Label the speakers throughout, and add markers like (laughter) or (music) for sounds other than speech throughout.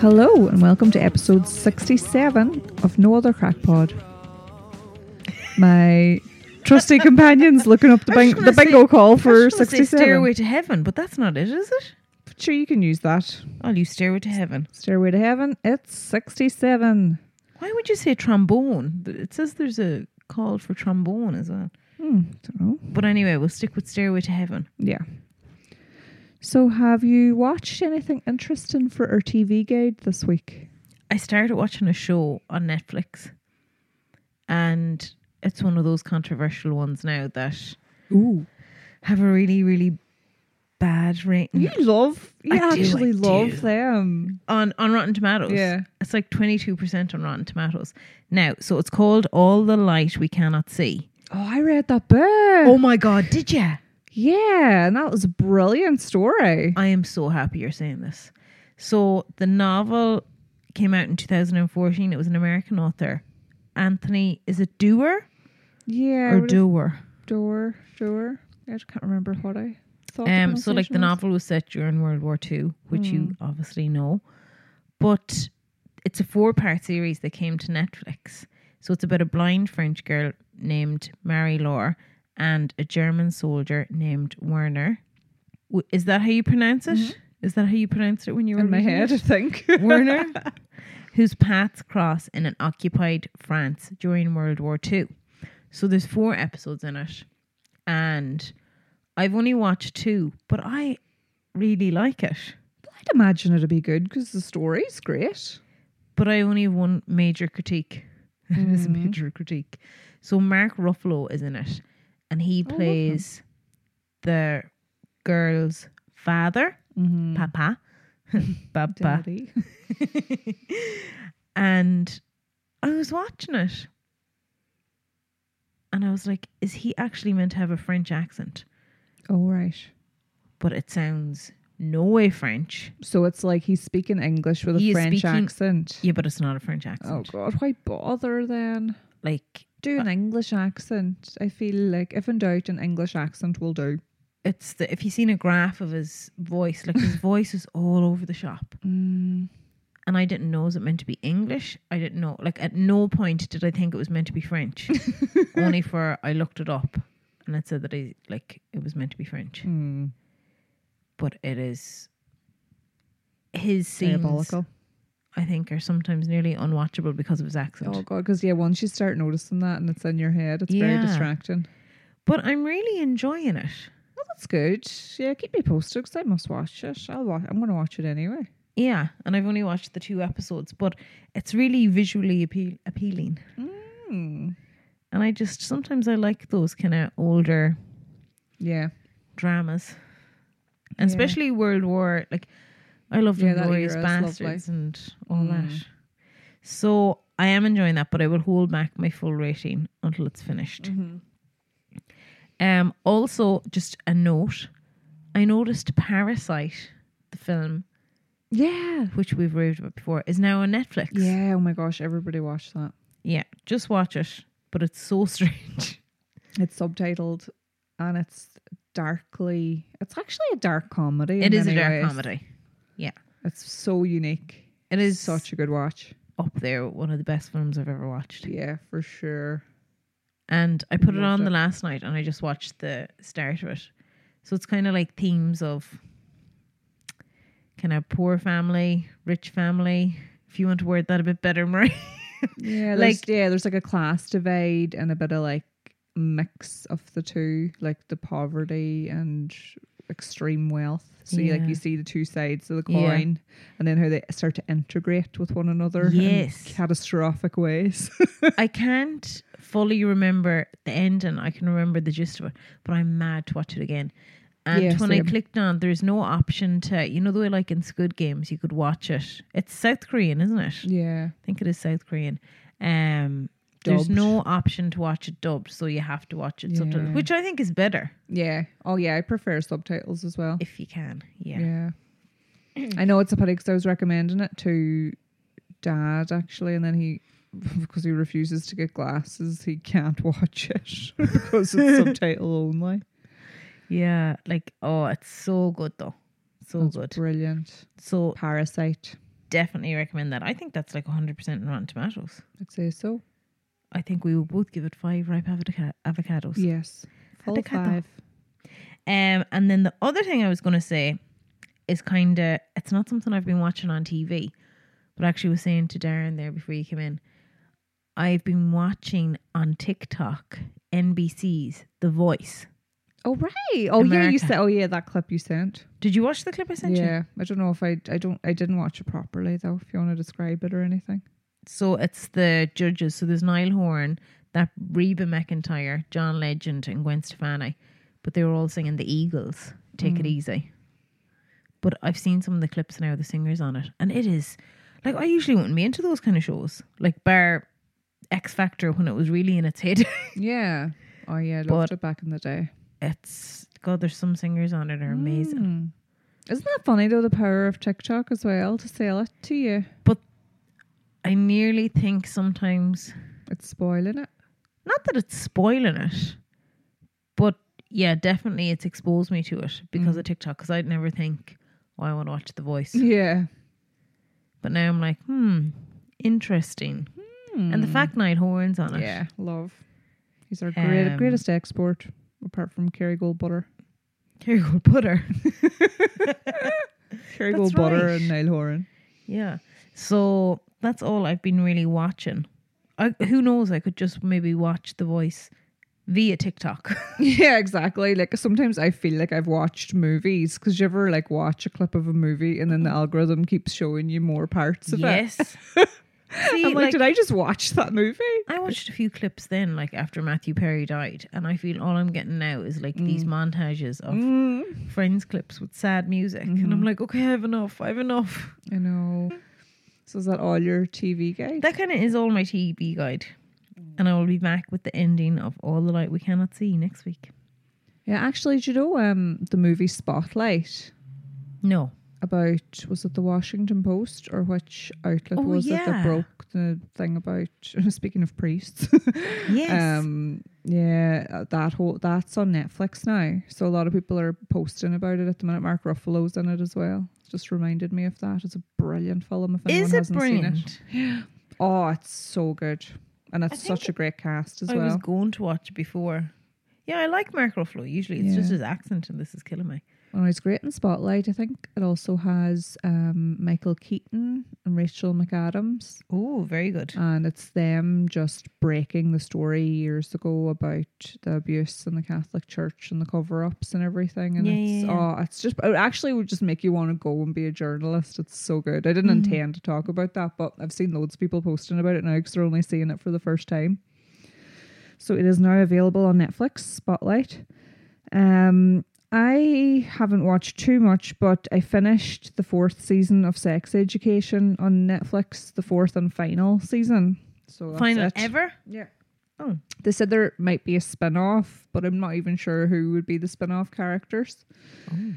Speaker 1: Hello and welcome to episode 67 of No Other Crack Pod. My trusty companions looking up the,
Speaker 2: I was
Speaker 1: bing-
Speaker 2: gonna
Speaker 1: the
Speaker 2: say-
Speaker 1: bingo call
Speaker 2: I was
Speaker 1: for
Speaker 2: just gonna say
Speaker 1: 67.
Speaker 2: Stairway to Heaven, but that's not it, is it?
Speaker 1: Sure, you can use that.
Speaker 2: I'll use Stairway to Heaven.
Speaker 1: Stairway to Heaven, it's 67.
Speaker 2: Why would you say trombone? Th- It says there's a call for trombone as well.
Speaker 1: Hmm, don't know.
Speaker 2: But anyway, we'll stick with Stairway to Heaven.
Speaker 1: Yeah. So, have you watched anything interesting for our TV guide this week?
Speaker 2: I started watching a show on Netflix, and it's one of those controversial ones now that
Speaker 1: Ooh.
Speaker 2: have a really, really bad rating
Speaker 1: You love, you
Speaker 2: I do,
Speaker 1: actually
Speaker 2: I
Speaker 1: love
Speaker 2: do.
Speaker 1: them.
Speaker 2: on on Rotten Tomatoes.
Speaker 1: Yeah.
Speaker 2: it's like twenty two percent on Rotten Tomatoes now. So it's called All the Light We Cannot See.
Speaker 1: Oh, I read that book. Oh
Speaker 2: my God! Did ya?
Speaker 1: Yeah, and that was a brilliant story.
Speaker 2: I am so happy you're saying this. So the novel came out in 2014. It was an American author. Anthony, is it Doer
Speaker 1: Yeah,
Speaker 2: or
Speaker 1: what is-
Speaker 2: Doer?
Speaker 1: door, door. I just can't remember what I thought. the
Speaker 2: Um, so like
Speaker 1: pronunciation
Speaker 2: the
Speaker 1: was.
Speaker 2: novel was set during World War Two, which you
Speaker 1: Hmm.
Speaker 2: obviously know, but it's a four-part series that came to Netflix. So it's about a blind French girl named Marie Laure and a German soldier named Werner. W- Is that how you pronounce it? Is that how you pronounced it when you were
Speaker 1: Mm-hmm. in my
Speaker 2: reading (laughs)
Speaker 1: head,
Speaker 2: it?
Speaker 1: I think.
Speaker 2: Werner, whose paths cross in an occupied France during World War II. So there's four episodes in it, and I've only watched two, but I really like it.
Speaker 1: (laughs) I'd imagine it'd be good because the story's great.
Speaker 2: But I only have one major critique. (laughs) it
Speaker 1: Um,
Speaker 2: is a
Speaker 1: Mm-hmm.
Speaker 2: major critique. So Mark Ruffalo is in it, and he
Speaker 1: lovely.
Speaker 2: plays the girl's father,
Speaker 1: Mm.
Speaker 2: Papa, (laughs) Papa.
Speaker 1: mhm. Daddy. (laughs)
Speaker 2: and I was watching it. And I was like, is he actually meant to have a French accent?
Speaker 1: Oh right.
Speaker 2: But it sounds no way French.
Speaker 1: So it's like he's speaking English with a
Speaker 2: He is
Speaker 1: French
Speaker 2: speaking-
Speaker 1: accent.
Speaker 2: Yeah, but it's not a French
Speaker 1: Oh
Speaker 2: accent.
Speaker 1: God, why bother then?
Speaker 2: Like,
Speaker 1: Do an English accent. I feel like if in doubt, an English accent will do.
Speaker 2: it's the, if you've seen a graph of his voice, like
Speaker 1: (laughs)
Speaker 2: his voice is all over the shop. Mm. And I didn't know, is it meant to be English? I didn't know. Like, at no point did I think it was meant to
Speaker 1: (laughs)
Speaker 2: be French. Only for I looked it up and it said that I, like, it was meant to be French.
Speaker 1: Hmm.
Speaker 2: but it is his scenes
Speaker 1: Diabolical.
Speaker 2: I think are sometimes nearly unwatchable because of his accent.
Speaker 1: Oh god, because yeah, once you start noticing that and it's in your head, it's very
Speaker 2: Yeah.
Speaker 1: distracting.
Speaker 2: But I'm really enjoying it.
Speaker 1: Well, Oh, that's good. Yeah, keep me posted because I must watch it. I'll watch. I'm going to watch it anyway.
Speaker 2: Yeah, and I've only watched the two episodes, but it's really visually appeal- appealing.
Speaker 1: Hmm.
Speaker 2: And I just sometimes I like those kind of older
Speaker 1: Yeah,
Speaker 2: dramas, and
Speaker 1: Yeah.
Speaker 2: especially World War. Like I loved
Speaker 1: Yeah, that
Speaker 2: Inglorious
Speaker 1: era is lovely. Mm.
Speaker 2: Bastards and all that. So I am enjoying that, but I will hold back my full rating until it's finished.
Speaker 1: Mm.
Speaker 2: Um, also, just a note: I noticed Parasite, the film
Speaker 1: yeah,
Speaker 2: which we've raved about before, is now on Netflix.
Speaker 1: yeah. Oh my gosh, everybody watched that.
Speaker 2: yeah. Just watch it, but it's so (laughs) strange.
Speaker 1: It's subtitled, and it's darkly. It's actually a dark comedy.
Speaker 2: it
Speaker 1: in
Speaker 2: is a
Speaker 1: many
Speaker 2: dark
Speaker 1: ways.
Speaker 2: comedy. Yeah,
Speaker 1: It's so unique.
Speaker 2: it is
Speaker 1: such a good watch.
Speaker 2: up there. with One of the best films I've ever watched.
Speaker 1: Yeah, for sure.
Speaker 2: and I put it
Speaker 1: Loved
Speaker 2: on the
Speaker 1: it.
Speaker 2: last night and I just watched the start of it. So it's kind of like themes of kind of poor family, rich family. If you want to word that a bit better, Marie.
Speaker 1: Yeah,
Speaker 2: Like-
Speaker 1: like yeah, there's like a class divide and a bit of like mix of the two, like the poverty and extreme wealth. So you, like
Speaker 2: Yeah.
Speaker 1: you see the two sides of the
Speaker 2: Yeah.
Speaker 1: coin, and then how they start to integrate with one another
Speaker 2: Yes.
Speaker 1: in catastrophic ways. (laughs)
Speaker 2: I can't fully remember the ending. I can remember the gist of it, but I'm mad to watch it again. And
Speaker 1: Yeah,
Speaker 2: when
Speaker 1: same.
Speaker 2: I clicked on, there's no option to, you know, the way like in Squid Games, you could watch it. It's South Korean, isn't it?
Speaker 1: yeah,
Speaker 2: I think it is South Korean. Um, there's
Speaker 1: Dubbed.
Speaker 2: no option to watch it dubbed, so you have to watch it subtitled,
Speaker 1: Yeah.
Speaker 2: which I think is better
Speaker 1: yeah. Oh yeah, I prefer subtitles as well.
Speaker 2: if you can. Yeah.
Speaker 1: Yeah, I know it's a pity because I was recommending it to dad actually, and then he. (laughs) Because he refuses to get glasses, he can't (laughs) watch it because it's subtitle only.
Speaker 2: Yeah. Like, oh, it's so good though.
Speaker 1: (laughs)
Speaker 2: So
Speaker 1: That's
Speaker 2: good.
Speaker 1: Brilliant.
Speaker 2: so
Speaker 1: Parasite.
Speaker 2: definitely recommend that. I think that's like 100% in Rotten Tomatoes.
Speaker 1: I'd say so.
Speaker 2: I think we will both give it five ripe avoca- avocados.
Speaker 1: Yes. Full
Speaker 2: Avocado.
Speaker 1: five.
Speaker 2: Um, and then the other thing I was going to say is kind of it's not something I've been watching on TV, but I actually was saying to Darren there before you came in, I've been watching on TikTok NBC's The Voice.
Speaker 1: Oh right. Oh yeah, you
Speaker 2: America.
Speaker 1: said. Oh yeah, that clip you sent.
Speaker 2: Did you watch the clip I sent you?
Speaker 1: Yeah, I don't know if I. I don't. I didn't watch it properly though. If you want to describe it or anything.
Speaker 2: So it's the judges. So there's Niall Horan, that Reba McIntyre, John Legend, and Gwen Stefani, but they were all singing the Eagles. Take it easy. But I've seen some of the clips now, the singers on it, and it is like I usually wouldn't be into those kind of shows, like bar X Factor when it was really in its head. (laughs)
Speaker 1: Yeah. Oh yeah, I
Speaker 2: But-
Speaker 1: loved it back in the day.
Speaker 2: it's God, there's some singers on it are
Speaker 1: Mm.
Speaker 2: amazing.
Speaker 1: Hmm. Isn't that funny though? The power of TikTok as well to sell it to you.
Speaker 2: I nearly think sometimes
Speaker 1: It's spoiling it.
Speaker 2: not that it's spoiling it, but yeah, definitely it's exposed me to it because
Speaker 1: Mm.
Speaker 2: of TikTok. Because I'd never think, oh, I want to watch The Voice,
Speaker 1: Yeah.
Speaker 2: but now I'm like, hmm, interesting. And the fact Night Horns on
Speaker 1: Mm.
Speaker 2: it,
Speaker 1: Hmm. Yeah. Love. He's our great,
Speaker 2: Um,
Speaker 1: greatest export, apart from Kerrygold butter.
Speaker 2: Here you go, butter.
Speaker 1: Kerrygold
Speaker 2: That's
Speaker 1: butter
Speaker 2: right.
Speaker 1: and Niall Horan.
Speaker 2: yeah, so that's all I've been really watching. I, who knows? I could just maybe watch The Voice via TikTok.
Speaker 1: (laughs)
Speaker 2: (laughs)
Speaker 1: Yeah, exactly. Like sometimes I feel like I've watched movies because you ever like watch a clip of a movie and then the algorithm keeps showing you more parts of it.
Speaker 2: yes. (laughs) See,
Speaker 1: I'm like, did I just watch that movie?
Speaker 2: I watched a few clips then, like after Matthew Perry died, and I feel all I'm getting now is like these
Speaker 1: Mm.
Speaker 2: montages of Friends clips with sad music, and I'm like, okay, I have enough, I have enough. (laughs)
Speaker 1: I know. So is that all your TV guide?
Speaker 2: That kind of is all my TV guide, and I will be back with the ending of All the Light We Cannot See next week.
Speaker 1: yeah, actually, do you know um the movie Spotlight
Speaker 2: No,
Speaker 1: about was it the Washington Post or which outlet
Speaker 2: Oh,
Speaker 1: was it
Speaker 2: yeah.
Speaker 1: that broke the thing about (laughs) speaking of priests?
Speaker 2: yes,
Speaker 1: (laughs) Um, yeah, uh, that whole that's on Netflix now. So a lot of people are posting about it at the minute. Mark Ruffalo's in it as well. Just reminded me of that. It's a brilliant film. If anyone
Speaker 2: is it
Speaker 1: hasn't seen it,
Speaker 2: brilliant?
Speaker 1: oh, it's so good, and it's
Speaker 2: think
Speaker 1: such a great cast as
Speaker 2: I was
Speaker 1: well.
Speaker 2: going to watch it before. Yeah, I like Mark Ruffalo. Usually, it's
Speaker 1: Yeah.
Speaker 2: just his accent, and this is killing me.
Speaker 1: Oh, it's great in Spotlight. I think it also has um, Michael Keaton and Rachel McAdams.
Speaker 2: Oh, very good.
Speaker 1: And it's them just breaking the story years ago about the abuse in the Catholic Church and the cover ups and everything. And
Speaker 2: Yeah,
Speaker 1: it's
Speaker 2: yeah, yeah.
Speaker 1: oh it's just it actually would just make you want to go and be a journalist. It's so good. I
Speaker 2: Mm.
Speaker 1: didn't intend to talk about that, but I've seen loads of people posting about it now because they're only seeing it for the first time. So it is now available on Netflix, Spotlight. Um I haven't watched too much, but I finished the fourth season of Sex Education on Netflix, the fourth and final season. So that's
Speaker 2: Uh, Final
Speaker 1: it.
Speaker 2: ever.
Speaker 1: Yeah.
Speaker 2: Oh.
Speaker 1: They said there might be a spin off, but I'm not even sure who would be the spin off characters.
Speaker 2: Oh.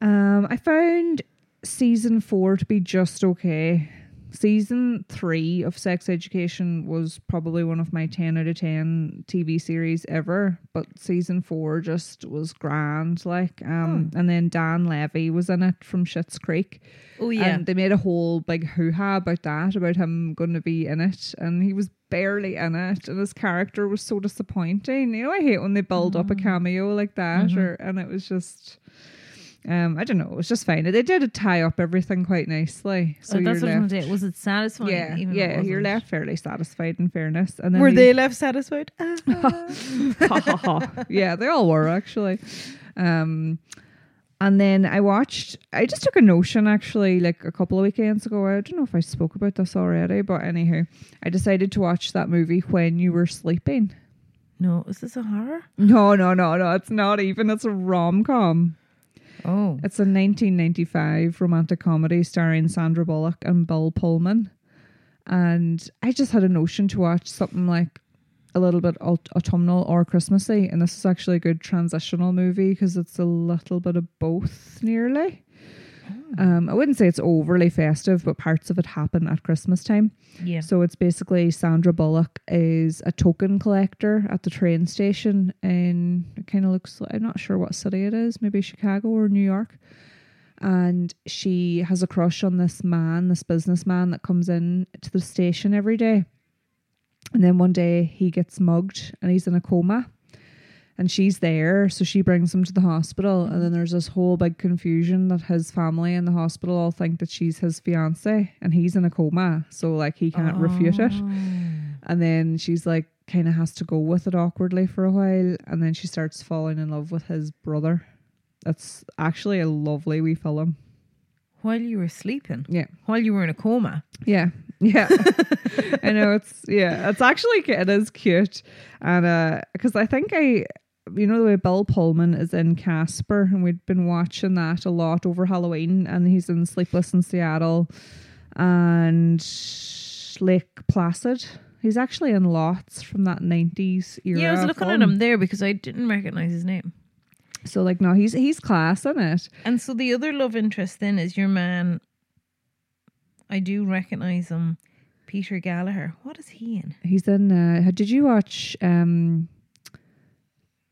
Speaker 1: Um, I found season four to be just okay. Season three of Sex Education was probably one of my 10 out of 10 TV series ever, but season four just was grand. Like, um, and then Dan Levy was in it from Schitt's Creek.
Speaker 2: Oh yeah.
Speaker 1: And they made a whole big hoo ha about that, about him going to be in it. And he was barely in it. And his character was so disappointing. You know, I hate when they build up a
Speaker 2: Mm-hmm.
Speaker 1: cameo like that. Or, and it was just, um, I don't know, it was just fine. They did tie up everything quite nicely. So
Speaker 2: oh, that's
Speaker 1: you're
Speaker 2: what I
Speaker 1: left,
Speaker 2: was gonna say. Was it satisfying?
Speaker 1: yeah,
Speaker 2: even if it
Speaker 1: yeah, you're
Speaker 2: wasn't?
Speaker 1: left fairly satisfied in fairness. And then
Speaker 2: Were
Speaker 1: the-
Speaker 2: they left satisfied?
Speaker 1: Ha, ha, ha. (laughs) yeah, they all were actually. Um, and then I watched. I just took a notion actually, like a couple of weekends ago. I don't know if I spoke about this already, but anywho, I decided to watch that movie when you were sleeping.
Speaker 2: no, is this a horror?
Speaker 1: No, no, no, no. It's not even. It's a rom com.
Speaker 2: Oh,
Speaker 1: It's a 1995 romantic comedy starring Sandra Bullock and Bill Pullman. And I just had a notion to watch something like a little bit aut- autumnal or Christmassy. And this is actually a good transitional movie because it's a little bit of both nearly. Um, I wouldn't say it's overly festive, but parts of it happen at Christmas time.
Speaker 2: yeah.
Speaker 1: So it's basically Sandra Bullock is a token collector at the train station in it kind of looks like, I'm not sure what city it is, maybe Chicago or New York. and she has a crush on this man, this businessman that comes in to the station every day. And then one day he gets mugged and he's in a coma. And she's there, so she brings him to the hospital. And then there's this whole big confusion that his family and the hospital all think that she's his fiance and he's in a coma. So, like, he can't refute it.
Speaker 2: Oh.
Speaker 1: And then she's like, kind of has to go with it awkwardly for a while. And then she starts falling in love with his brother. That's actually a lovely wee film.
Speaker 2: While you were sleeping.
Speaker 1: Yeah.
Speaker 2: While you were in a coma.
Speaker 1: Yeah. (laughs) Yeah. I know it's, yeah, it's actually, cu- it is cute. And, uh, cause I think I, you know, the way Bill Pullman is in Casper and we'd been watching that a lot over Halloween and he's in Sleepless in Seattle and Lake Placid. He's actually in lots from that 90s era.
Speaker 2: yeah, I was looking at
Speaker 1: film.
Speaker 2: him there because I didn't recognize his name.
Speaker 1: So like no, he's he's class in it.
Speaker 2: And so the other love interest then is your man. I do recognize him, Peter Gallagher. What is he in?
Speaker 1: He's in. Uh, did you watch um,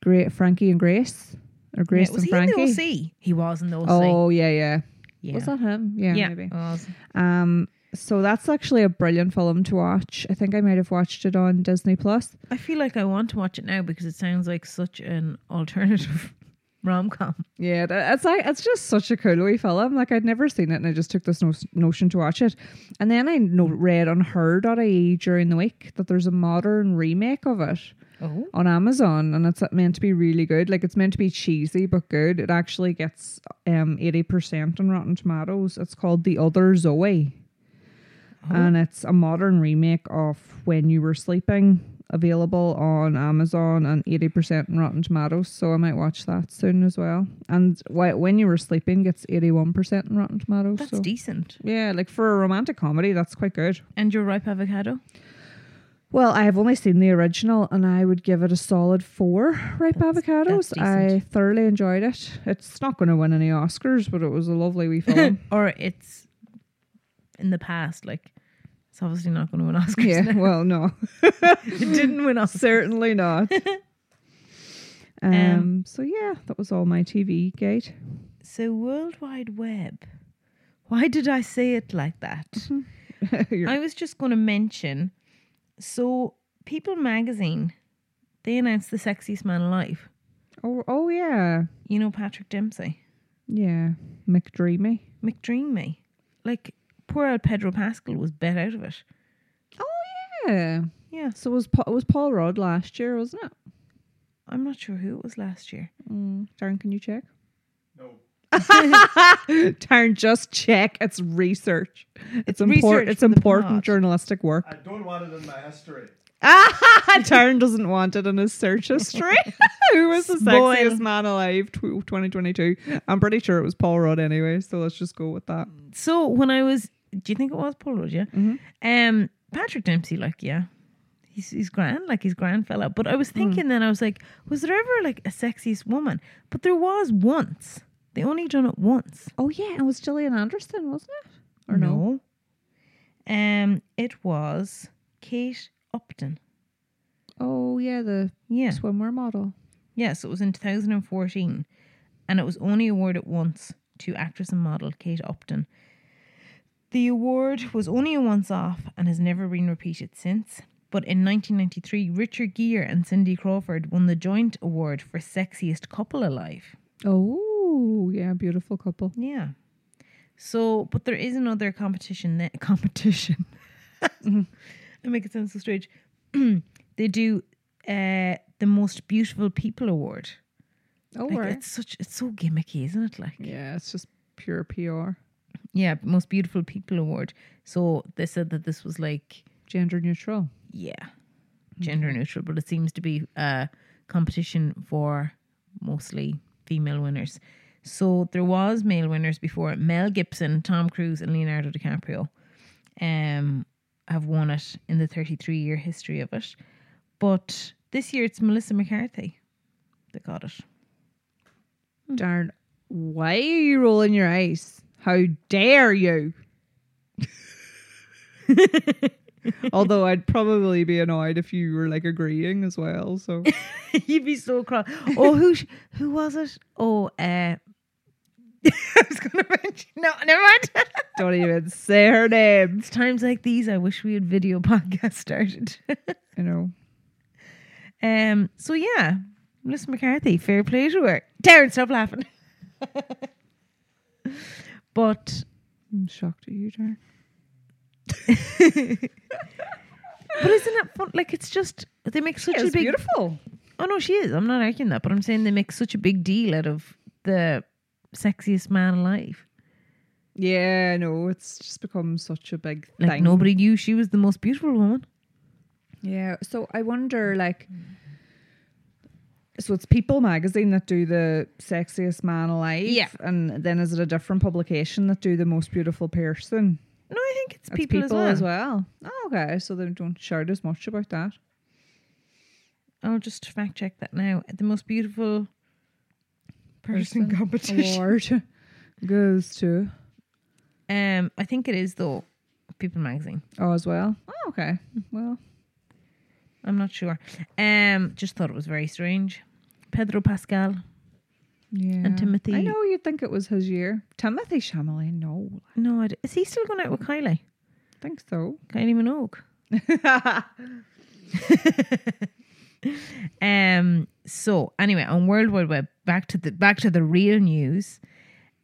Speaker 1: Great Frankie and Grace or Grace
Speaker 2: Yeah, was
Speaker 1: and
Speaker 2: he
Speaker 1: Frankie?
Speaker 2: in the OC? He was in the OC.
Speaker 1: oh yeah, yeah,
Speaker 2: yeah.
Speaker 1: Was that him? Yeah,
Speaker 2: yeah,
Speaker 1: maybe.
Speaker 2: was.
Speaker 1: Um, so that's actually a brilliant film to watch. I think I might have watched it on Disney Plus.
Speaker 2: I feel like I want to watch it now because it sounds like such an alternative (laughs) rom com.
Speaker 1: Yeah, tha- it's like it's just such a cool wee film. Like I'd never seen it, and I just took this no- notion to watch it. And then I no- read on her.ie E during the week that there's a modern remake of it.
Speaker 2: Oh,
Speaker 1: on Amazon, and it's meant to be really good. Like it's meant to be cheesy but good. It actually gets um eighty percent on Rotten Tomatoes. It's called The Other Zoe, and it's a modern remake of When You Were Sleeping, available on Amazon and eighty percent on Rotten Tomatoes. So I might watch that soon as well. And Wh- When You Were Sleeping gets eighty one percent on Rotten Tomatoes.
Speaker 2: that's
Speaker 1: so.
Speaker 2: decent.
Speaker 1: Yeah, like for a romantic comedy, that's quite good.
Speaker 2: And your ripe avocado?
Speaker 1: Well, I have only seen the original, and I would give it a solid four ripe
Speaker 2: that's
Speaker 1: avocados.
Speaker 2: decent.
Speaker 1: I thoroughly enjoyed it. It's not going to win any Oscars, but it was a lovely wee (laughs) film.
Speaker 2: or it's in the past, like it's obviously not going to win Oscars.
Speaker 1: yeah,
Speaker 2: (laughs) now.
Speaker 1: well, (laughs) no,
Speaker 2: it didn't win Oscars.
Speaker 1: certainly not. (laughs) Um,
Speaker 2: Um,
Speaker 1: so yeah, that was all my TV gate.
Speaker 2: So World Wide Web. Why did I say it like that?
Speaker 1: (laughs) You're-
Speaker 2: I was just going to mention. So People Magazine, they announced the sexiest man alive.
Speaker 1: oh, oh yeah,
Speaker 2: You know Patrick Dempsey,
Speaker 1: yeah, McDreamy.
Speaker 2: McDreamy. Like poor old Pedro Pascal was bet out of it.
Speaker 1: Yeah.
Speaker 2: Yeah,
Speaker 1: So was Paul, was Paul Rudd last year, wasn't it?
Speaker 2: I'm not sure who it was last year.
Speaker 1: Mm. Darren, can you check?
Speaker 3: No.
Speaker 1: (laughs) Darren, just check. It's research. It's,
Speaker 2: research
Speaker 1: important. It's
Speaker 2: for the
Speaker 1: important
Speaker 2: pod.
Speaker 1: journalistic work.
Speaker 3: I don't want it in my history.
Speaker 1: (laughs) Darren Ah, doesn't want it in his search history. (laughs) Who was the
Speaker 2: Spoil.
Speaker 1: sexiest man alive tw- 2022? I'm pretty sure it was Paul Rudd anyway, so let's just go with that.
Speaker 2: So when I was, do you think it was Paul Rudd? Yeah.
Speaker 1: Mhm.
Speaker 2: Um, Patrick Dempsey, like, yeah, he's he's grand, like he's grand fella. But
Speaker 1: Mm.
Speaker 2: I was thinking then, I was like, was there ever like a sexiest woman? But there was once. They only done it once.
Speaker 1: Oh, yeah. It was Gillian Anderson, wasn't it? Or no?
Speaker 2: No. Um, it was Kate Upton.
Speaker 1: Oh, yeah. The
Speaker 2: Yeah.
Speaker 1: swimwear model.
Speaker 2: Yeah, so it was in 2014 and it was only awarded once to actress and model Kate Upton. The award was only a once off and has never been repeated since. But in 1993, Richard Gere and Cindy Crawford won the joint award for Sexiest Couple Alive.
Speaker 1: Oh, yeah. Beautiful couple.
Speaker 2: Yeah. So, but there is another competition. That, (laughs) competition. I make it sound so strange. (clears throat) they do uh, the Most Beautiful People Award.
Speaker 1: Oh,
Speaker 2: Like,
Speaker 1: right.
Speaker 2: it's such it's so gimmicky, isn't it? Like yeah.
Speaker 1: Yeah. It's just pure PR.
Speaker 2: most beautiful people award. So they said that this was like
Speaker 1: Gender neutral.
Speaker 2: yeah, gender neutral, but it seems to be a competition for mostly female winners. So there was male winners before. Mel Gibson, Tom Cruise, and Leonardo DiCaprio um have won it in the 33 year history of it. But this year it's Melissa McCarthy that got it.
Speaker 1: Darren, why are you rolling your eyes? How dare you? (laughs) Although I'd probably be annoyed if you were like agreeing as well. (laughs) So
Speaker 2: You'd be so cross. Oh, who sh- who was it? Oh, uh, (laughs) I was going to mention. No, never mind. (laughs)
Speaker 1: Don't even say her name.
Speaker 2: it's times like these I wish we had video podcast started. (laughs)
Speaker 1: I know.
Speaker 2: um. So yeah, Melissa McCarthy, fair play to her. Darren, stop laughing. (laughs) but
Speaker 1: I'm shocked at you, Darren.
Speaker 2: but isn't it fun? Like it's just they make such a big.
Speaker 1: beautiful.
Speaker 2: Oh no, she is. I'm not arguing that, but I'm saying they make such a big deal out of the sexiest man alive.
Speaker 1: Yeah, I know. It's just become such a big
Speaker 2: Like
Speaker 1: thing.
Speaker 2: nobody knew she was the most beautiful woman.
Speaker 1: Yeah. So I wonder,
Speaker 2: Mm-hmm.
Speaker 1: like, so it's People magazine that do the sexiest man alive.
Speaker 2: Yeah.
Speaker 1: And then is it a different publication that do the most beautiful person?
Speaker 2: No, I think it's
Speaker 1: That's
Speaker 2: people, as well.
Speaker 1: Oh, okay. So they don't shout as much about
Speaker 2: (laughs)
Speaker 1: that.
Speaker 2: I'll just fact check that now. The most beautiful person,
Speaker 1: Person
Speaker 2: competition.
Speaker 1: Award goes to
Speaker 2: Um, I think it is though. People magazine.
Speaker 1: oh as well. Oh, okay. Well,
Speaker 2: I'm not sure. Um, just thought it was very strange. Pedro Pascal.
Speaker 1: yeah.
Speaker 2: Timothy-
Speaker 1: I know you'd think it was his year. Timothy Chalamet. No,
Speaker 2: No, I d- is he still going out with Kylie?
Speaker 1: I think so.
Speaker 2: Kylie Minogue. (laughs) Um. So anyway, on World Wide Web, back to the back to the real news.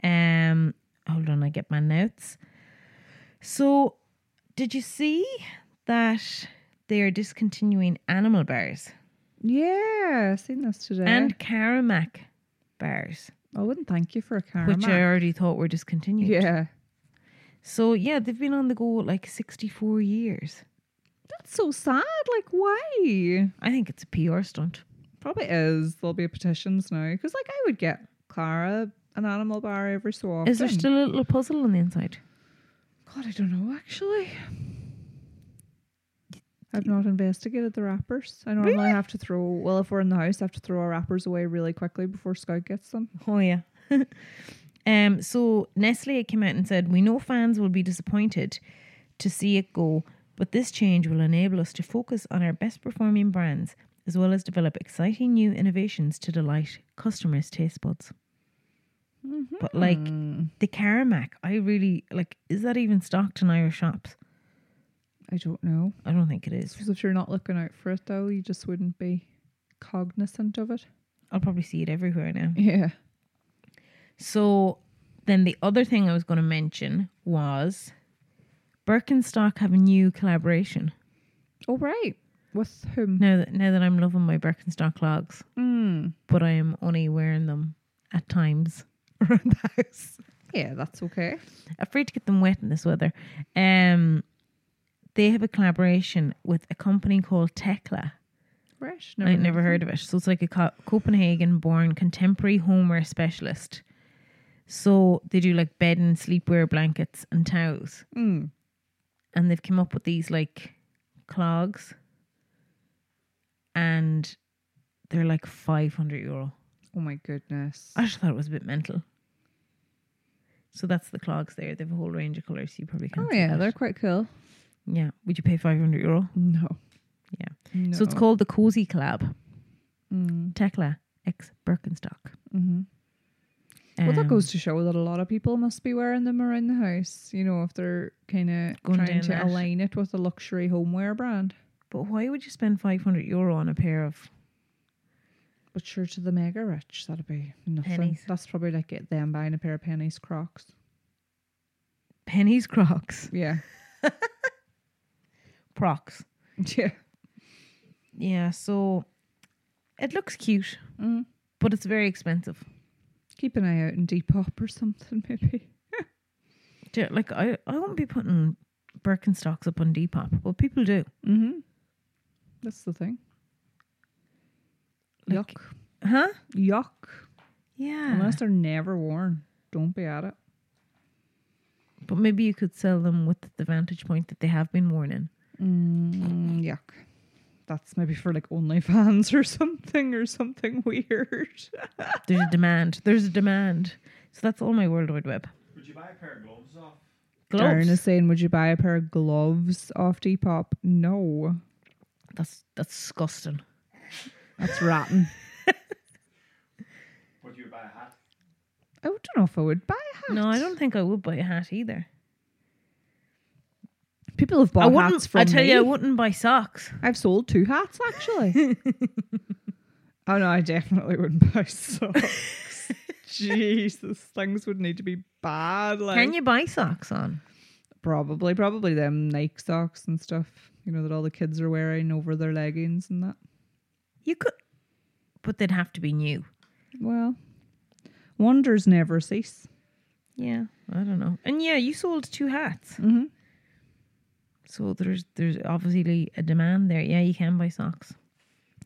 Speaker 2: Um. Hold on, I get my notes. So, did you see that they are discontinuing animal bars
Speaker 1: yeah, I seen this today.
Speaker 2: and Caramac bars,
Speaker 1: I wouldn't thank you for a car.
Speaker 2: which uh, I already thought were discontinued?
Speaker 1: Yeah.
Speaker 2: So yeah, they've been on the go like sixty-four years.
Speaker 1: That's so sad. Like, why?
Speaker 2: I think it's a PR stunt.
Speaker 1: Probably is. There'll be petitions now. Because, like, I would get Clara an animal bar every so often.
Speaker 2: Is there still a little puzzle on the inside?
Speaker 1: God, I don't know, actually. I've not investigated the wrappers. I normally have to throw, well, if we're in the house, I have to throw our wrappers away really quickly before Scout gets them.
Speaker 2: Oh yeah. (laughs) um. So Nestle came out and said, "We know fans will be disappointed to see it go, but this change will enable us to focus on our best performing brands as well as develop exciting new innovations to delight customers' taste buds." But like
Speaker 1: Mm,
Speaker 2: the Caramac, I really like. Is that even stocked in Irish shops?
Speaker 1: I don't know.
Speaker 2: I don't think it is.
Speaker 1: Because if you're not looking out for it, though, you just wouldn't be cognizant of it.
Speaker 2: I'll probably see it everywhere now.
Speaker 1: Yeah.
Speaker 2: So then the other thing I was going to mention was Birkenstock have a new collaboration.
Speaker 1: All Oh, right. With whom?
Speaker 2: Now that now that I'm loving my Birkenstock clogs,
Speaker 1: Mm.
Speaker 2: but I am only wearing them at times (laughs) around the house.
Speaker 1: Yeah, that's okay.
Speaker 2: Afraid to get them wet in this weather. Um, they have a collaboration with a company called Tekla.
Speaker 1: Fresh.
Speaker 2: I'd never heard of it. So it's like a Co- Copenhagen-born contemporary homeware specialist. So they do like bed and sleepwear blankets and towels,
Speaker 1: Mm.
Speaker 2: and they've come up with these like clogs, and they're like five hundred euro.
Speaker 1: Oh my goodness.
Speaker 2: I just thought it was a bit mental. So that's the clogs there. They have a whole range of colours. So you probably can't.
Speaker 1: Oh
Speaker 2: see
Speaker 1: yeah,
Speaker 2: that.
Speaker 1: they're quite cool.
Speaker 2: yeah. Would you pay five hundred euro?
Speaker 1: No.
Speaker 2: Yeah.
Speaker 1: No.
Speaker 2: So it's called the Cozy Collab.
Speaker 1: Mm.
Speaker 2: Tekla X Birkenstock.
Speaker 1: hmm well,
Speaker 2: Um,
Speaker 1: that goes to show that a lot of people must be wearing them around the house. You know, if they're kind of
Speaker 2: Going
Speaker 1: trying
Speaker 2: down
Speaker 1: to
Speaker 2: that.
Speaker 1: align it with a luxury homeware brand.
Speaker 2: But why would you spend five hundred euro on a pair of?
Speaker 1: But sure, to the mega rich, that'd be nothing.
Speaker 2: Pennies.
Speaker 1: That's probably like it, them buying a pair of pennies Crocs.
Speaker 2: Pennies Crocs.
Speaker 1: Yeah, (laughs)
Speaker 2: Crocs.
Speaker 1: yeah.
Speaker 2: Yeah, so it looks cute,
Speaker 1: Mm.
Speaker 2: but it's very expensive.
Speaker 1: Keep an eye out in Depop or something, (laughs) maybe.
Speaker 2: Do you- Like I, I won't be putting Birkenstocks up on Depop, but people do.
Speaker 1: Mm-hmm. That's the thing.
Speaker 2: Like-
Speaker 1: Yuck,
Speaker 2: Huh?
Speaker 1: yuck.
Speaker 2: Yeah.
Speaker 1: Unless they're never worn, don't be at it.
Speaker 2: But maybe you could sell them with the vantage point that they have been worn in.
Speaker 1: Mm, yuck. That's maybe for like OnlyFans or (laughs) something or something weird.
Speaker 2: There's a demand. There's a demand. So that's all my World Wide Web.
Speaker 3: Would you buy a pair of gloves off?
Speaker 1: Darren is
Speaker 2: Gloves.
Speaker 1: saying, "Would you buy a pair of gloves off Depop?" No,
Speaker 2: That's that's disgusting.
Speaker 1: that's rotten.
Speaker 3: Would you buy a hat?
Speaker 1: (laughs) I don't know if I would buy a hat.
Speaker 2: No, I don't think I would buy a hat either.
Speaker 1: People have
Speaker 2: I
Speaker 1: bought
Speaker 2: wouldn't.
Speaker 1: hats from
Speaker 2: I tell
Speaker 1: me.
Speaker 2: you, I wouldn't buy socks.
Speaker 1: I've sold two hats actually. oh no, I definitely wouldn't (laughs) buy socks. Jesus, things would need to be bad. Like
Speaker 2: Can you buy socks on?
Speaker 1: probably, probably them Nike socks and stuff. You know that all the kids are wearing over their leggings and that.
Speaker 2: You could, but they'd have to be new.
Speaker 1: Well, wonders never cease.
Speaker 2: Yeah, I don't know. And yeah, you sold two hats,
Speaker 1: Mm-hmm.
Speaker 2: so there's there's obviously a demand there. Yeah, you can buy socks.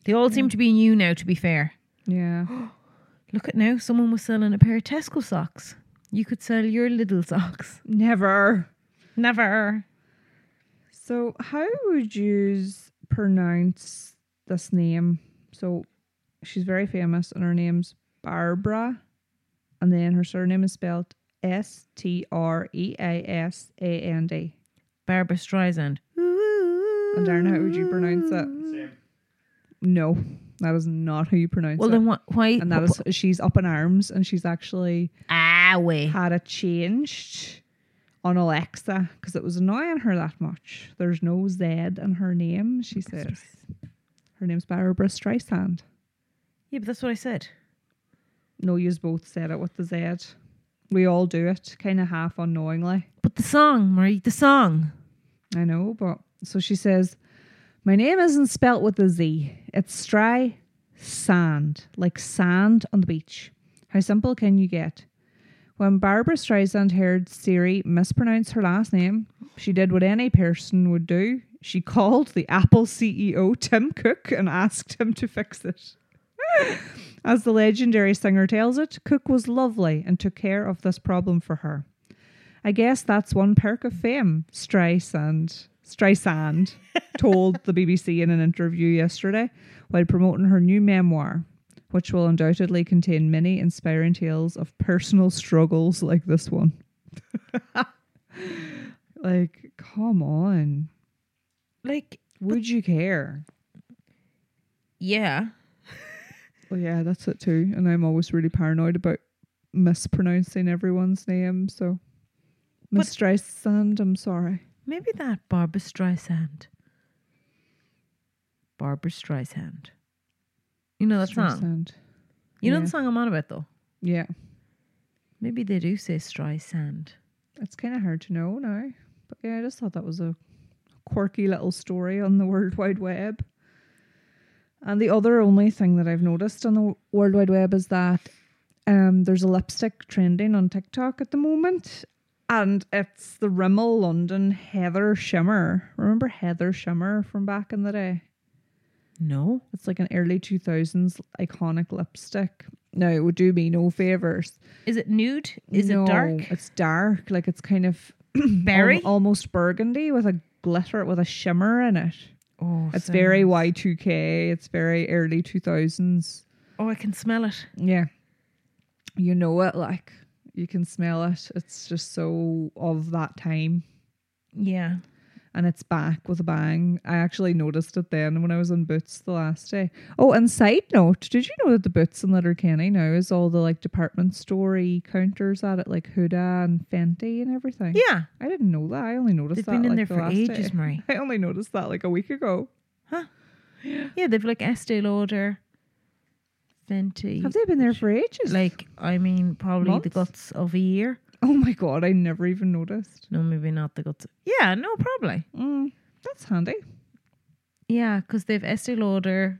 Speaker 2: They all seem to be new now. To be fair,
Speaker 1: (gasps) Yeah.
Speaker 2: look at now. Someone was selling a pair of Tesco socks. You could sell your little socks.
Speaker 1: never.
Speaker 2: Never.
Speaker 1: So, how would you pronounce this name? So, she's very famous, and her name's Barbara, and then her surname is spelled S T R E A S A N D.
Speaker 2: Barbara Streisand.
Speaker 1: And Darren, how would you pronounce it?
Speaker 3: Same.
Speaker 1: No, that is not how you pronounce
Speaker 2: Well,
Speaker 1: it.
Speaker 2: then what? Why?
Speaker 1: (laughs) and that is she's up in arms, and she's actually
Speaker 2: ah way.
Speaker 1: had it changed on Alexa because it was annoying her that much. There's no Z in her name. She says her name's Barbara Streisand.
Speaker 2: Yeah, but that's what I said.
Speaker 1: No, yous both said it with the Z. We all do it, kind of half unknowingly.
Speaker 2: But the song, Marie, the song.
Speaker 1: I know, but so she says, my name isn't spelt with a Z. It's stry sand, like sand on the beach. How simple can you get? When Barbara Streisand heard Siri mispronounce her last name, she did what any person would do. She called the Apple CEO Tim Cook and asked him to fix it. As the legendary singer tells it, Cook was lovely and took care of this problem for her. I guess that's one perk of fame, Streisand. Streisand told the BBC in an interview yesterday while promoting her new memoir, which will undoubtedly contain many inspiring tales of personal struggles like this one. (laughs) like, come on.
Speaker 2: Like,
Speaker 1: Would you care?
Speaker 2: yeah.
Speaker 1: Well, yeah, that's it too. And I'm always really paranoid about mispronouncing everyone's name. So, Miss Streisand, I'm sorry.
Speaker 2: Maybe that Barbara Streisand. Barbara Streisand. You know that song.
Speaker 1: Streisand.
Speaker 2: You know
Speaker 1: yeah.
Speaker 2: the song I'm on about though.
Speaker 1: Yeah.
Speaker 2: Maybe they do say Streisand.
Speaker 1: It's kind of hard to know now. But yeah, I just thought that was a quirky little story on the World Wide Web. And the other only thing that I've noticed on the w- World Wide Web is that um, there's a lipstick trending on TikTok at the moment. And it's the Rimmel London Heather Shimmer. Remember Heather Shimmer from back in the day?
Speaker 2: No.
Speaker 1: It's like an early 2000s iconic lipstick. Now, it would do me no favors.
Speaker 2: Is it nude? Is
Speaker 1: No,
Speaker 2: it dark?
Speaker 1: It's dark. Like it's kind
Speaker 2: (clears throat)
Speaker 1: of
Speaker 2: Berry?
Speaker 1: Al- almost burgundy with a glitter with a shimmer in it.
Speaker 2: Oh,
Speaker 1: It's
Speaker 2: so-
Speaker 1: very Y2K. It's very early 2000s.
Speaker 2: Oh, I can smell it.
Speaker 1: Yeah. You know it like you can smell it. It's just so of that time
Speaker 2: Yeah.
Speaker 1: and it's back with a bang. I actually noticed it then when I was in Boots the last day. Oh, and side note, did you know that the Boots in Letterkenny now is all the like department store counters at it like Huda and Fenty and everything?
Speaker 2: Yeah.
Speaker 1: I didn't know that. I only noticed
Speaker 2: They've
Speaker 1: that
Speaker 2: been in
Speaker 1: like,
Speaker 2: there
Speaker 1: the
Speaker 2: for
Speaker 1: last day.
Speaker 2: ages,
Speaker 1: (laughs)
Speaker 2: Marie.
Speaker 1: I only noticed that like a week ago.
Speaker 2: Yeah, they've like Estee Lauder, Fenty.
Speaker 1: Have they been there for ages?
Speaker 2: Like, I mean, probably the
Speaker 1: Months?
Speaker 2: guts of a year.
Speaker 1: oh my god, I never even noticed.
Speaker 2: No, maybe not the guts. Yeah, no, probably.
Speaker 1: Mm, that's handy.
Speaker 2: Yeah, because they've Estee Lauder,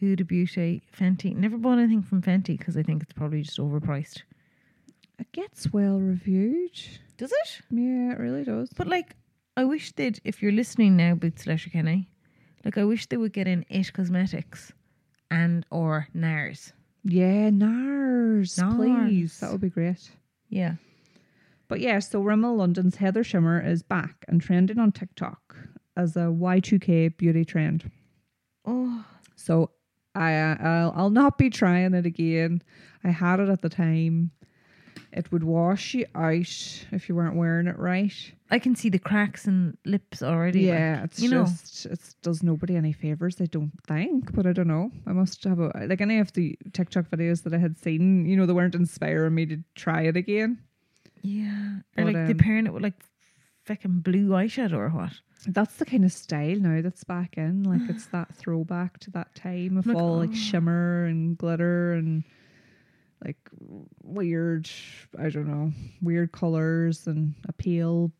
Speaker 2: Huda Beauty, Fenty. Never bought anything from Fenty because I think it's probably just overpriced.
Speaker 1: It gets well reviewed.
Speaker 2: Does it?
Speaker 1: Yeah, it really does.
Speaker 2: But like, I wish they'd. If you're listening now, Boots Letterkenny, like I wish they would get in It Cosmetics, and or Nars.
Speaker 1: yeah, NARS,
Speaker 2: Nars.
Speaker 1: please. That would be great.
Speaker 2: Yeah.
Speaker 1: But yeah, so Rimmel London's Heather Shimmer is back and trending on TikTok as a Y2K beauty trend.
Speaker 2: Oh,
Speaker 1: So I I'll, I'll not be trying it again. I had it at the time. It would wash you out if you weren't wearing it right.
Speaker 2: I can see the cracks and lips already. like,
Speaker 1: Yeah, it's
Speaker 2: you know.
Speaker 1: just it does nobody any favors. I don't think, but I don't know. I must have a like any of the TikTok videos that I had seen. You know, they weren't inspiring me to try it again.
Speaker 2: yeah.
Speaker 1: But,
Speaker 2: Or like the
Speaker 1: um,
Speaker 2: parent it with like fucking blue eyeshadow or what?
Speaker 1: That's the kind of style now that's back in. Like it's (sighs) that throwback to that time of
Speaker 2: Like,
Speaker 1: all
Speaker 2: oh.
Speaker 1: like shimmer and glitter and like weird, I don't know, weird colors and a pale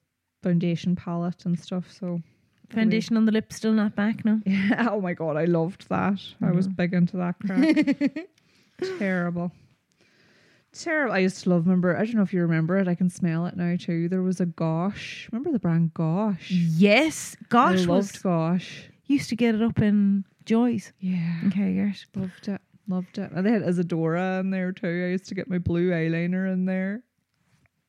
Speaker 1: foundation palette and stuff. So (laughs)
Speaker 2: Foundation on the lips still not back now.
Speaker 1: yeah, oh my god, I loved that. I was big into that crack. (laughs) Terrible. Terrible. I used to love. Remember, I don't know if you remember it. I can smell it now too. There was a Gosh. Remember the brand Gosh?
Speaker 2: Yes, gosh,
Speaker 1: Mm. I
Speaker 2: was,
Speaker 1: loved Gosh.
Speaker 2: used to get it up in Joy's.
Speaker 1: Yeah.
Speaker 2: Okay, yes.
Speaker 1: Loved it. Loved it. And they had Isadora in there too. I used to get my blue eyeliner in there.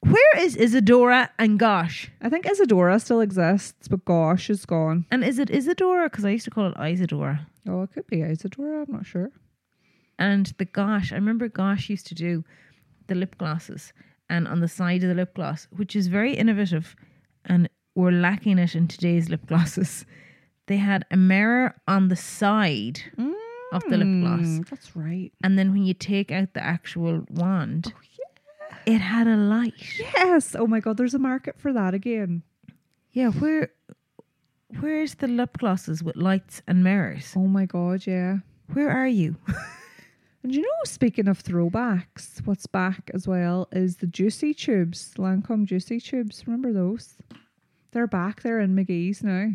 Speaker 2: Where is Isadora and Gosh?
Speaker 1: I think Isadora still exists, but gosh, is gone.
Speaker 2: And is it Isadora? Because I used to call it Isadora.
Speaker 1: Oh, it could be Isadora. I'm not sure.
Speaker 2: And the Gosh, I remember Gosh used to do the lip glosses and on the side of the lip gloss, which is very innovative and we're lacking it in today's lip glosses. They had a mirror on the side of the lip gloss.
Speaker 1: Mm, That's right.
Speaker 2: And then when you take out the actual wand, it had a light.
Speaker 1: Yes. Oh my God, there's a market for that again.
Speaker 2: Yeah, where where's the lip glosses with lights and mirrors?
Speaker 1: Oh my God, yeah.
Speaker 2: Where are you?
Speaker 1: And you know, speaking of throwbacks, what's back as well is the Juicy Tubes, Lancome Juicy Tubes. Remember those? They're back. They're in McGee's now.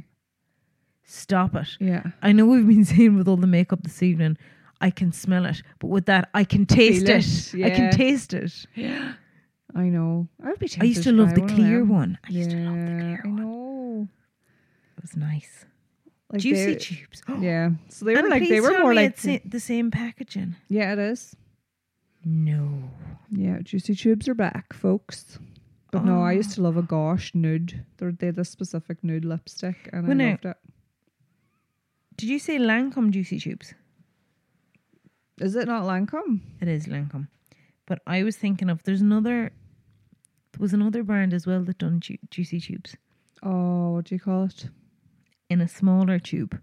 Speaker 2: Stop it.
Speaker 1: Yeah.
Speaker 2: I know we've been (laughs) saying with all the makeup this evening, I can smell it, but with that, I can taste
Speaker 1: Feel
Speaker 2: it.
Speaker 1: it,
Speaker 2: I can
Speaker 1: yeah.
Speaker 2: taste it.
Speaker 1: I know. I would be tempted
Speaker 2: I used to love
Speaker 1: buy
Speaker 2: the
Speaker 1: one of
Speaker 2: clear
Speaker 1: them.
Speaker 2: one. I
Speaker 1: yeah,
Speaker 2: used to love the clear
Speaker 1: I
Speaker 2: one.
Speaker 1: know.
Speaker 2: It was nice.
Speaker 1: Like
Speaker 2: Juicy
Speaker 1: they-
Speaker 2: (gasps) tubes.
Speaker 1: (gasps) Yeah. So they were
Speaker 2: (gasps) And
Speaker 1: like they
Speaker 2: please
Speaker 1: were
Speaker 2: tell
Speaker 1: more
Speaker 2: me
Speaker 1: like
Speaker 2: it's i- the same packaging.
Speaker 1: yeah, it is.
Speaker 2: No.
Speaker 1: Yeah, juicy tubes are back, folks. But no, I used to love a gosh nude. They're, they had this specific nude lipstick, and
Speaker 2: When I-
Speaker 1: I loved it.
Speaker 2: Did you say Lancome juicy tubes?
Speaker 1: Is it not Lancome?
Speaker 2: It is Lancome. But I was thinking of there's another there was another brand as well that done ju- juicy tubes
Speaker 1: Oh, what do you call it?
Speaker 2: in a smaller tube.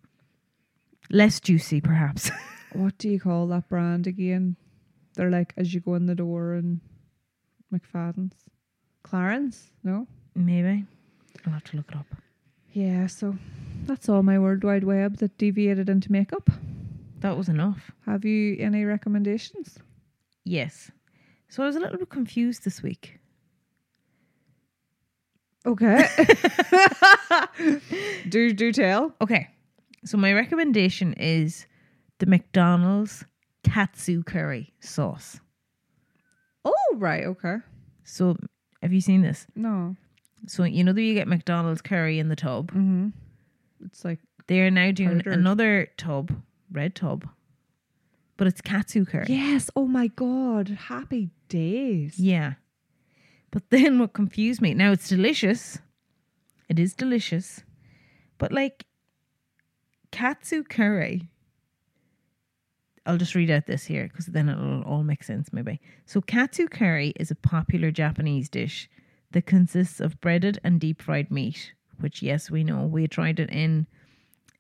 Speaker 2: Less juicy perhaps. (laughs)
Speaker 1: What do you call that brand again? They're like as you go in the door and McFadden's, Clarence. No.
Speaker 2: Maybe. I'll have to look it up.
Speaker 1: Yeah. So that's all my World Wide Web that deviated into makeup.
Speaker 2: That was enough.
Speaker 1: Have you any recommendations?
Speaker 2: Yes. So I was a little bit confused this week.
Speaker 1: (laughs) Okay. do do tell.
Speaker 2: Okay. So my recommendation is the McDonald's katsu curry sauce.
Speaker 1: Oh right, okay.
Speaker 2: So have you seen this?
Speaker 1: No.
Speaker 2: So you know that you get McDonald's curry in the tub.
Speaker 1: Mm-hmm. It's like
Speaker 2: They are now doing
Speaker 1: Powdered.
Speaker 2: another tub, red tub, but it's katsu curry.
Speaker 1: Yes, oh my god. Happy days.
Speaker 2: Yeah. But then what confused me, now it's delicious. It is delicious. But like katsu curry. I'll just read out this here because then it'll all make sense maybe. So katsu curry is a popular Japanese dish that consists of breaded and deep fried meat, which yes, we know. We tried it in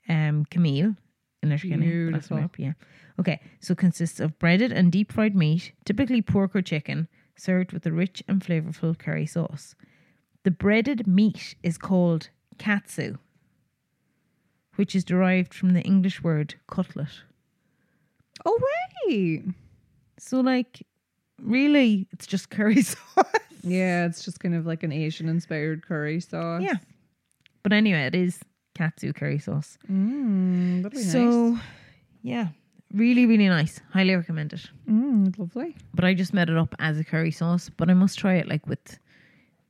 Speaker 2: um Camille in Ashkenaz. last
Speaker 1: Beautiful.
Speaker 2: time up, Yeah. Okay. So consists of breaded and deep fried meat, typically pork or chicken, served with a rich and flavorful curry sauce. The breaded meat is called katsu, which is derived from the English word cutlet.
Speaker 1: Oh right.
Speaker 2: So, like, really, it's just (laughs) curry sauce.
Speaker 1: Yeah, it's just kind of like an Asian inspired curry sauce.
Speaker 2: yeah. But anyway, it is katsu curry sauce.
Speaker 1: Mm, that'd be
Speaker 2: so, yeah, really, really nice. Highly recommend it.
Speaker 1: nice. Mm, lovely.
Speaker 2: But I just made it up as a curry sauce, but I must try it like with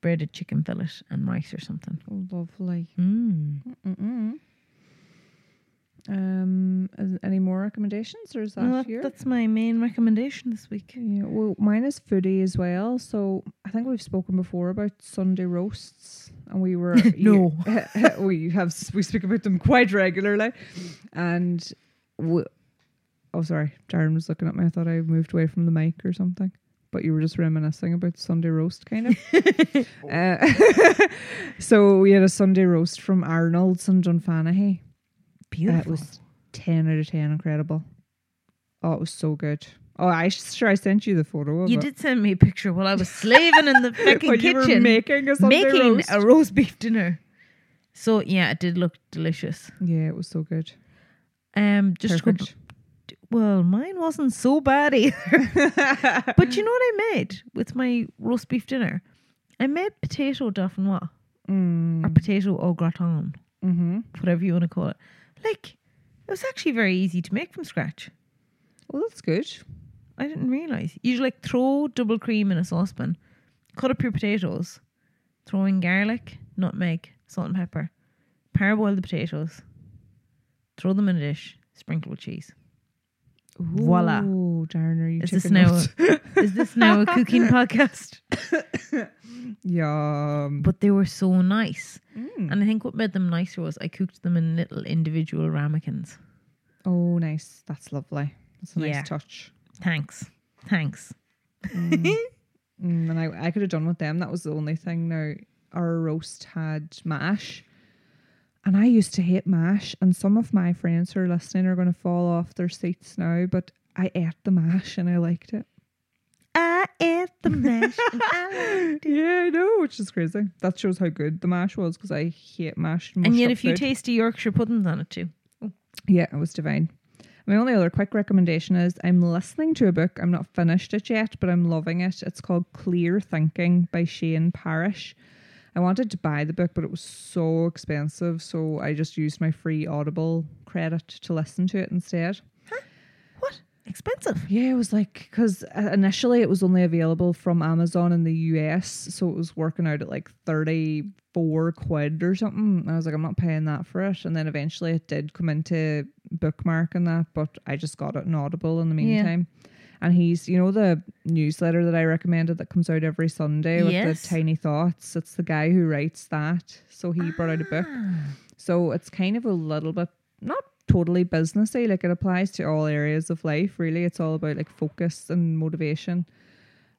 Speaker 2: breaded chicken fillet and rice or something.
Speaker 1: Oh, lovely.
Speaker 2: Mm.
Speaker 1: Mm-mm. Um, is- any more recommendations or is that
Speaker 2: Well, that-
Speaker 1: your?
Speaker 2: that's my main recommendation this week.
Speaker 1: Yeah, well, mine is foodie as well. So I think we've spoken before about Sunday roasts, and we
Speaker 2: (laughs)
Speaker 1: were
Speaker 2: No.
Speaker 1: (laughs) we have s- we speak about them quite regularly, and we, oh sorry, Darren was looking at me. I thought I moved away from the mic or something. but you were just reminiscing about Sunday roast, kind of.
Speaker 2: (laughs)
Speaker 1: uh, (laughs) so we had a Sunday roast from Arnold's and Dunfanaghy.
Speaker 2: Beautiful.
Speaker 1: That was ten out of ten, incredible. Oh, it was so good. Oh, I sure I sent you the photo of
Speaker 2: you
Speaker 1: it. (laughs)
Speaker 2: did send me a picture while I was slaving in the fucking
Speaker 1: When
Speaker 2: kitchen.
Speaker 1: you were making a Sunday
Speaker 2: making
Speaker 1: roast.
Speaker 2: a roast beef dinner. So yeah, it did look delicious.
Speaker 1: yeah, it was so good.
Speaker 2: Um, just to go
Speaker 1: Perfect.
Speaker 2: b- well, mine wasn't so bad either. but you know what I made with my roast beef dinner? I made potato dauphinois or potato au gratin,
Speaker 1: Mm, Mm-hmm.
Speaker 2: whatever you want to call it. Like it was actually very easy to make from scratch.
Speaker 1: Well, that's good.
Speaker 2: I didn't realize. You just, like throw double cream in a saucepan, cut up your potatoes, throw in garlic, nutmeg, salt and pepper, parboil the potatoes, throw them in a dish, sprinkle with cheese. Voila.
Speaker 1: Oh, Darren, are you
Speaker 2: Is this
Speaker 1: chicken
Speaker 2: now?
Speaker 1: nuts?
Speaker 2: is this now a (laughs) cooking podcast?
Speaker 1: (laughs) Yum.
Speaker 2: But they were so nice,
Speaker 1: Mm.
Speaker 2: and I think what made them nicer was I cooked them in little individual ramekins.
Speaker 1: Oh, nice. That's lovely. That's a nice
Speaker 2: Yeah.
Speaker 1: touch.
Speaker 2: Thanks, thanks. (laughs)
Speaker 1: Mm, and I, I could have done with them. That was the only thing. Now, our roast had mash. And I used to hate mash. And some of my friends who are listening are going to fall off their seats now. But I ate the mash and I liked
Speaker 2: (laughs)
Speaker 1: it.
Speaker 2: I ate the (laughs) mash. and I liked
Speaker 1: Yeah, I know, which is crazy. That shows how good the mash was because I hate mash.
Speaker 2: and yet,
Speaker 1: mushed up
Speaker 2: if you
Speaker 1: food.
Speaker 2: tasty Yorkshire puddings on it too.
Speaker 1: Yeah, it was divine. My only other quick recommendation is I'm listening to a book. I'm not finished it yet, but I'm loving it. It's called Clear Thinking by Shane Parrish. I wanted to buy the book, but it was so expensive, so I just used my free Audible credit to listen to it instead.
Speaker 2: What? Expensive.
Speaker 1: Yeah, it was like because initially it was only available from Amazon in the US, so it was working out at like thirty four quid or something. And I was like, I'm not paying that for it. And then eventually it did come into bookmark and that, but I just got it in Audible in the
Speaker 2: Yeah.
Speaker 1: meantime. And he's, you know, the newsletter that I recommended that comes out every Sunday with
Speaker 2: Yes.
Speaker 1: the tiny thoughts. It's the guy who writes that, so he brought out a book.
Speaker 2: Ah.
Speaker 1: So it's kind of a little bit not totally businessy. Like it applies to all areas of life. Really, it's all about like focus and motivation.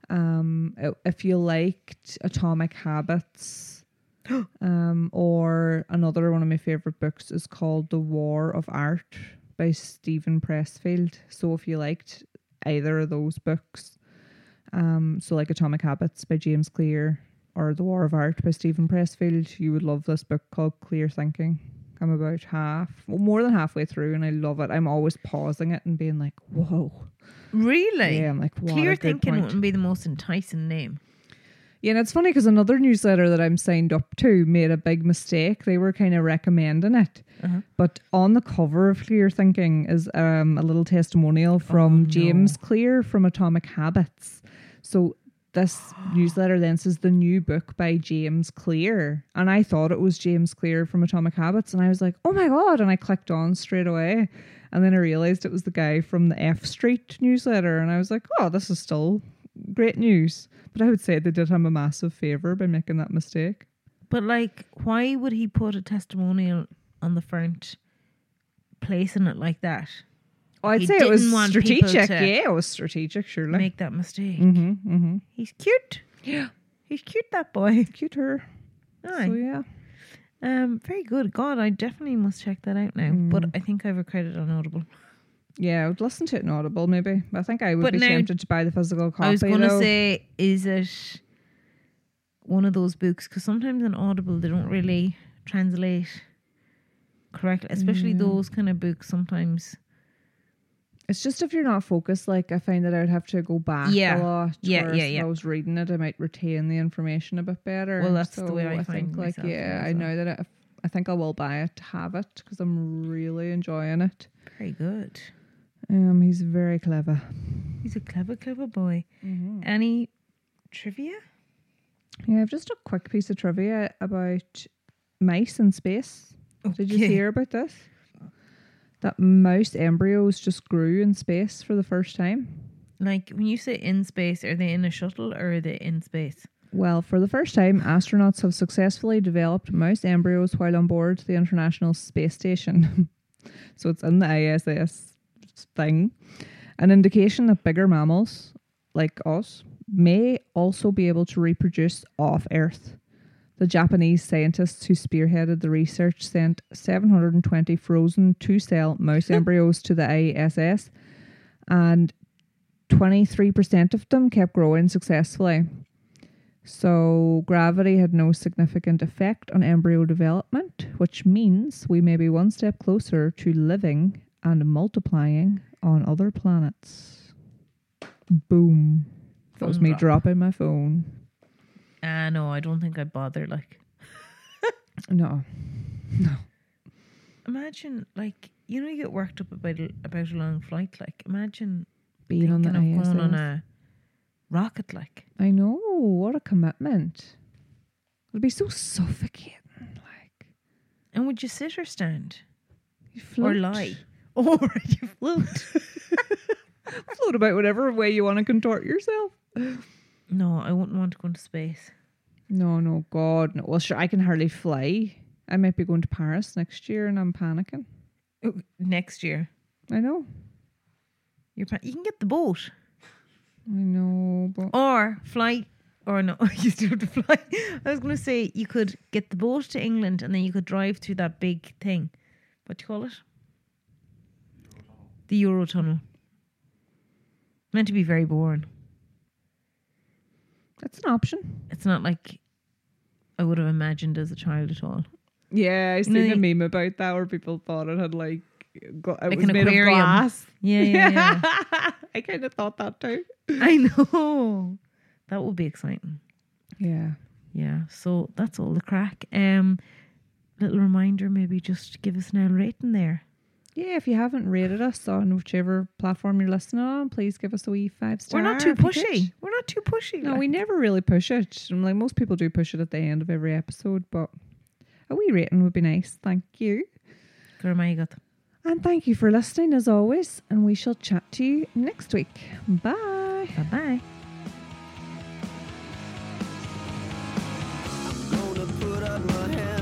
Speaker 1: Um, i- if you liked Atomic Habits, um, or another one of my favorite books is called The War of Art by Stephen Pressfield. So if you liked either of those books, um, so like Atomic Habits by James Clear or The War of Art by Stephen Pressfield, you would love this book called Clear Thinking. I'm about half, well, more than halfway through, and I love it. I'm always pausing it and being like, "Whoa!"
Speaker 2: Really?
Speaker 1: Yeah, I'm like, "What
Speaker 2: Clear
Speaker 1: a good
Speaker 2: thinking
Speaker 1: point."
Speaker 2: wouldn't be the most enticing name.
Speaker 1: Yeah, and it's funny because another newsletter that I'm signed up to made a big mistake. They were kind of recommending it,
Speaker 2: Uh-huh.
Speaker 1: but on the cover of Clear Thinking is um, a little testimonial
Speaker 2: Oh,
Speaker 1: from James Clear from Atomic Habits. So this newsletter then says the new book by James Clear, and I thought it was James Clear from Atomic Habits, and I was like, oh my god! And I clicked on straight away, and then I realized it was the guy from the F Street newsletter, and I was like, oh, this is still great news. But I would say they did him a massive favour by making that mistake.
Speaker 2: But like, why would he put a testimonial on the front, placing it like that?
Speaker 1: Oh, I'd
Speaker 2: He
Speaker 1: say it was
Speaker 2: didn't want people
Speaker 1: strategic.
Speaker 2: to
Speaker 1: Yeah, it was strategic, surely.
Speaker 2: Make that mistake.
Speaker 1: mm-hmm, mm-hmm.
Speaker 2: He's cute.
Speaker 1: Yeah.
Speaker 2: He's cute, that boy. (laughs)
Speaker 1: Cuter. So
Speaker 2: Aye.
Speaker 1: yeah.
Speaker 2: Um, very good. God, I definitely must check that out now. But I think I've a credit on Audible.
Speaker 1: Yeah, I would listen to it in Audible maybe. I think I would
Speaker 2: But
Speaker 1: be
Speaker 2: now-
Speaker 1: tempted to buy the physical copy.
Speaker 2: I was going to
Speaker 1: though.
Speaker 2: say, is it one of those books? Because sometimes in Audible they don't really translate correctly, especially those kind of books. Sometimes,
Speaker 1: It's just if you're not focused, like I find that I would have to go back
Speaker 2: Yeah.
Speaker 1: a lot.
Speaker 2: Yeah,
Speaker 1: whereas
Speaker 2: yeah,
Speaker 1: if
Speaker 2: yeah.
Speaker 1: I was reading it, I might retain the information a bit better.
Speaker 2: Well, that's the way
Speaker 1: So
Speaker 2: I find
Speaker 1: think, like,
Speaker 2: myself
Speaker 1: yeah,
Speaker 2: now
Speaker 1: I
Speaker 2: as
Speaker 1: know that I, I think I will buy it to have it because I'm really enjoying it.
Speaker 2: very good.
Speaker 1: Um, he's very clever.
Speaker 2: He's a clever, clever boy.
Speaker 1: Mm-hmm.
Speaker 2: Any trivia?
Speaker 1: Yeah, I've just a quick piece of trivia about mice in space. Did
Speaker 2: (laughs)
Speaker 1: you
Speaker 2: Okay.
Speaker 1: hear about this? That mouse embryos just grew in space for the first time.
Speaker 2: Like when you say in space, are they in a shuttle or are they in space?
Speaker 1: Well, for the first time, astronauts have successfully developed mouse embryos while on board the International Space Station. (laughs) so it's in the ISS thing. An indication that bigger mammals, like us, may also be able to reproduce off Earth. The Japanese scientists who spearheaded the research sent 720 frozen two cell (laughs) mouse embryos to the ISS, and 23% of them kept growing successfully. So, gravity had no significant effect on embryo development, which means we may be one step closer to living and multiplying on other planets. Boom. That was
Speaker 2: Phone
Speaker 1: me
Speaker 2: drop.
Speaker 1: dropping my phone.
Speaker 2: Ah, no, I don't think I bother. Like,
Speaker 1: (laughs) No.
Speaker 2: imagine, like, you know, you get worked up about about a long flight. Like, imagine
Speaker 1: Being on the
Speaker 2: thinking of
Speaker 1: ISS.
Speaker 2: going on a rocket. Like,
Speaker 1: I know. What a commitment. It'd be so suffocating. Like,
Speaker 2: and would you sit or stand
Speaker 1: you float. (laughs)
Speaker 2: or lie, or you float?
Speaker 1: Float about whatever way you want to contort yourself.
Speaker 2: No, I wouldn't want to go into space.
Speaker 1: No, no, God, no. Well, sure, I can hardly fly. I might be going to Paris next year, and I'm panicking.
Speaker 2: Ooh, Next year,
Speaker 1: I know,
Speaker 2: you're pa- you can get the boat
Speaker 1: I know, but
Speaker 2: or fly. Or no, (laughs) you still have to fly. I was going to say you could get the boat to England and then you could drive through that big thing. What do you call it? The Eurotunnel. Meant to be very boring.
Speaker 1: that's an option.
Speaker 2: It's not like I would have imagined as a child at all.
Speaker 1: Yeah, I seen
Speaker 2: No,
Speaker 1: a
Speaker 2: you-
Speaker 1: meme about that where people thought it had like gla- it
Speaker 2: Like
Speaker 1: was
Speaker 2: an
Speaker 1: made
Speaker 2: aquarium.
Speaker 1: of glass.
Speaker 2: Yeah, yeah,
Speaker 1: (laughs)
Speaker 2: yeah.
Speaker 1: I kind of thought that too.
Speaker 2: I know. That would be exciting.
Speaker 1: Yeah,
Speaker 2: Yeah, so that's all the crack. Um, little reminder, maybe just give us an L rating there.
Speaker 1: yeah. If you haven't rated us on whichever platform you're listening on, please give us a wee five star.
Speaker 2: We're not too
Speaker 1: if you could.
Speaker 2: pushy. We're not too pushy.
Speaker 1: No,
Speaker 2: like.
Speaker 1: we never really push it. And, Like most people do push it at the end of every episode, but a wee rating would be nice. Thank you.
Speaker 2: Go to my gut.
Speaker 1: And thank you for listening as always, and we shall chat to you next week. Bye.
Speaker 2: Bye bye.
Speaker 4: gonna put out my hand.